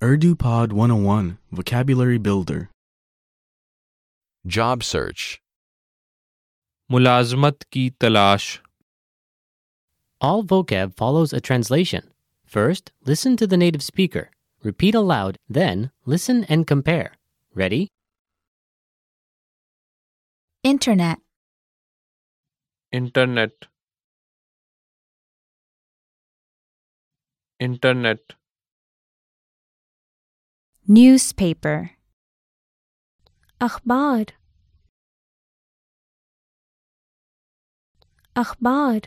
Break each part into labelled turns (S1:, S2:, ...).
S1: UrduPod 101 Vocabulary Builder
S2: Job search.
S3: मुलाजमत की तलाश
S4: All vocab follows a translation. First, listen to the native speaker. Repeat aloud, then, listen and compare. Ready?
S5: Internet.
S3: Internet internet
S5: Newspaper.
S6: أخبار أخبار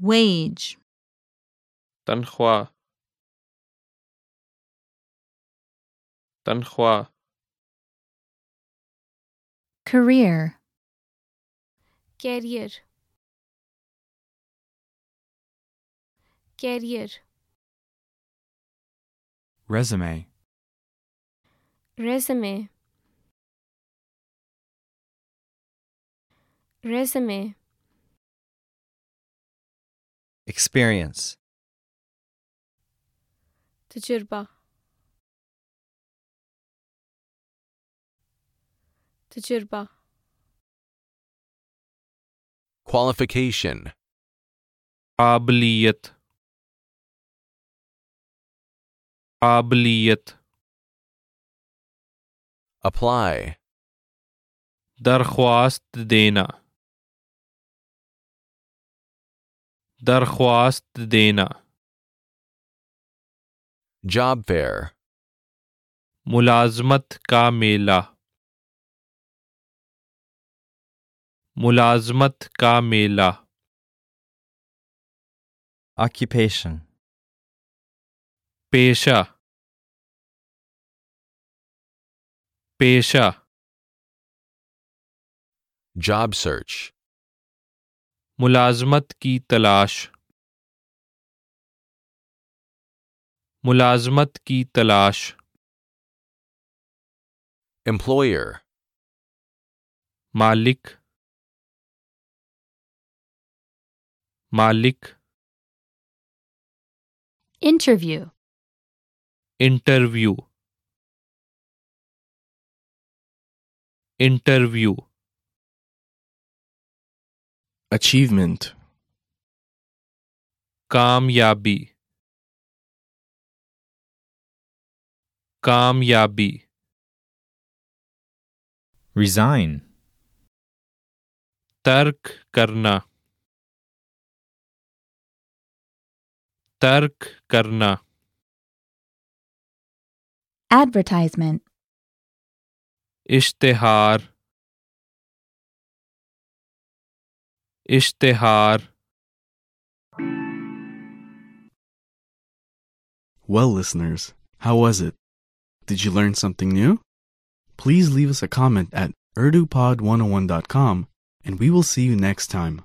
S5: Wage.
S3: तनख्वाह तनख्वाह
S5: Career.
S6: career career
S1: Resume
S6: resume resume
S7: experience,
S6: تجربة تجربة
S2: Qualification.
S3: काबलियत काबलियत
S2: Apply.
S3: दरख्वास्त देना दरख्वास्त देना
S2: Job fair.
S3: मुलाजमत का मेला मुलाजमत का मेला
S7: occupation,
S3: पेशा पेशा
S2: Job search.
S3: मुलाजमत की तलाश मुलाजमत की तलाश
S2: Employer.
S3: मालिक मालिक
S5: Interview.
S3: इंटरव्यू इंटरव्यू
S1: Achievement
S3: कामयाबी कामयाबी
S8: resign,
S3: तर्क करना तर्क करना
S5: Advertisement.
S3: इश्तिहार इश्तिहार
S1: Well, listeners, how was it? Did you learn something new? oh Please leave us a comment at urdupod101.com and we will see you next time.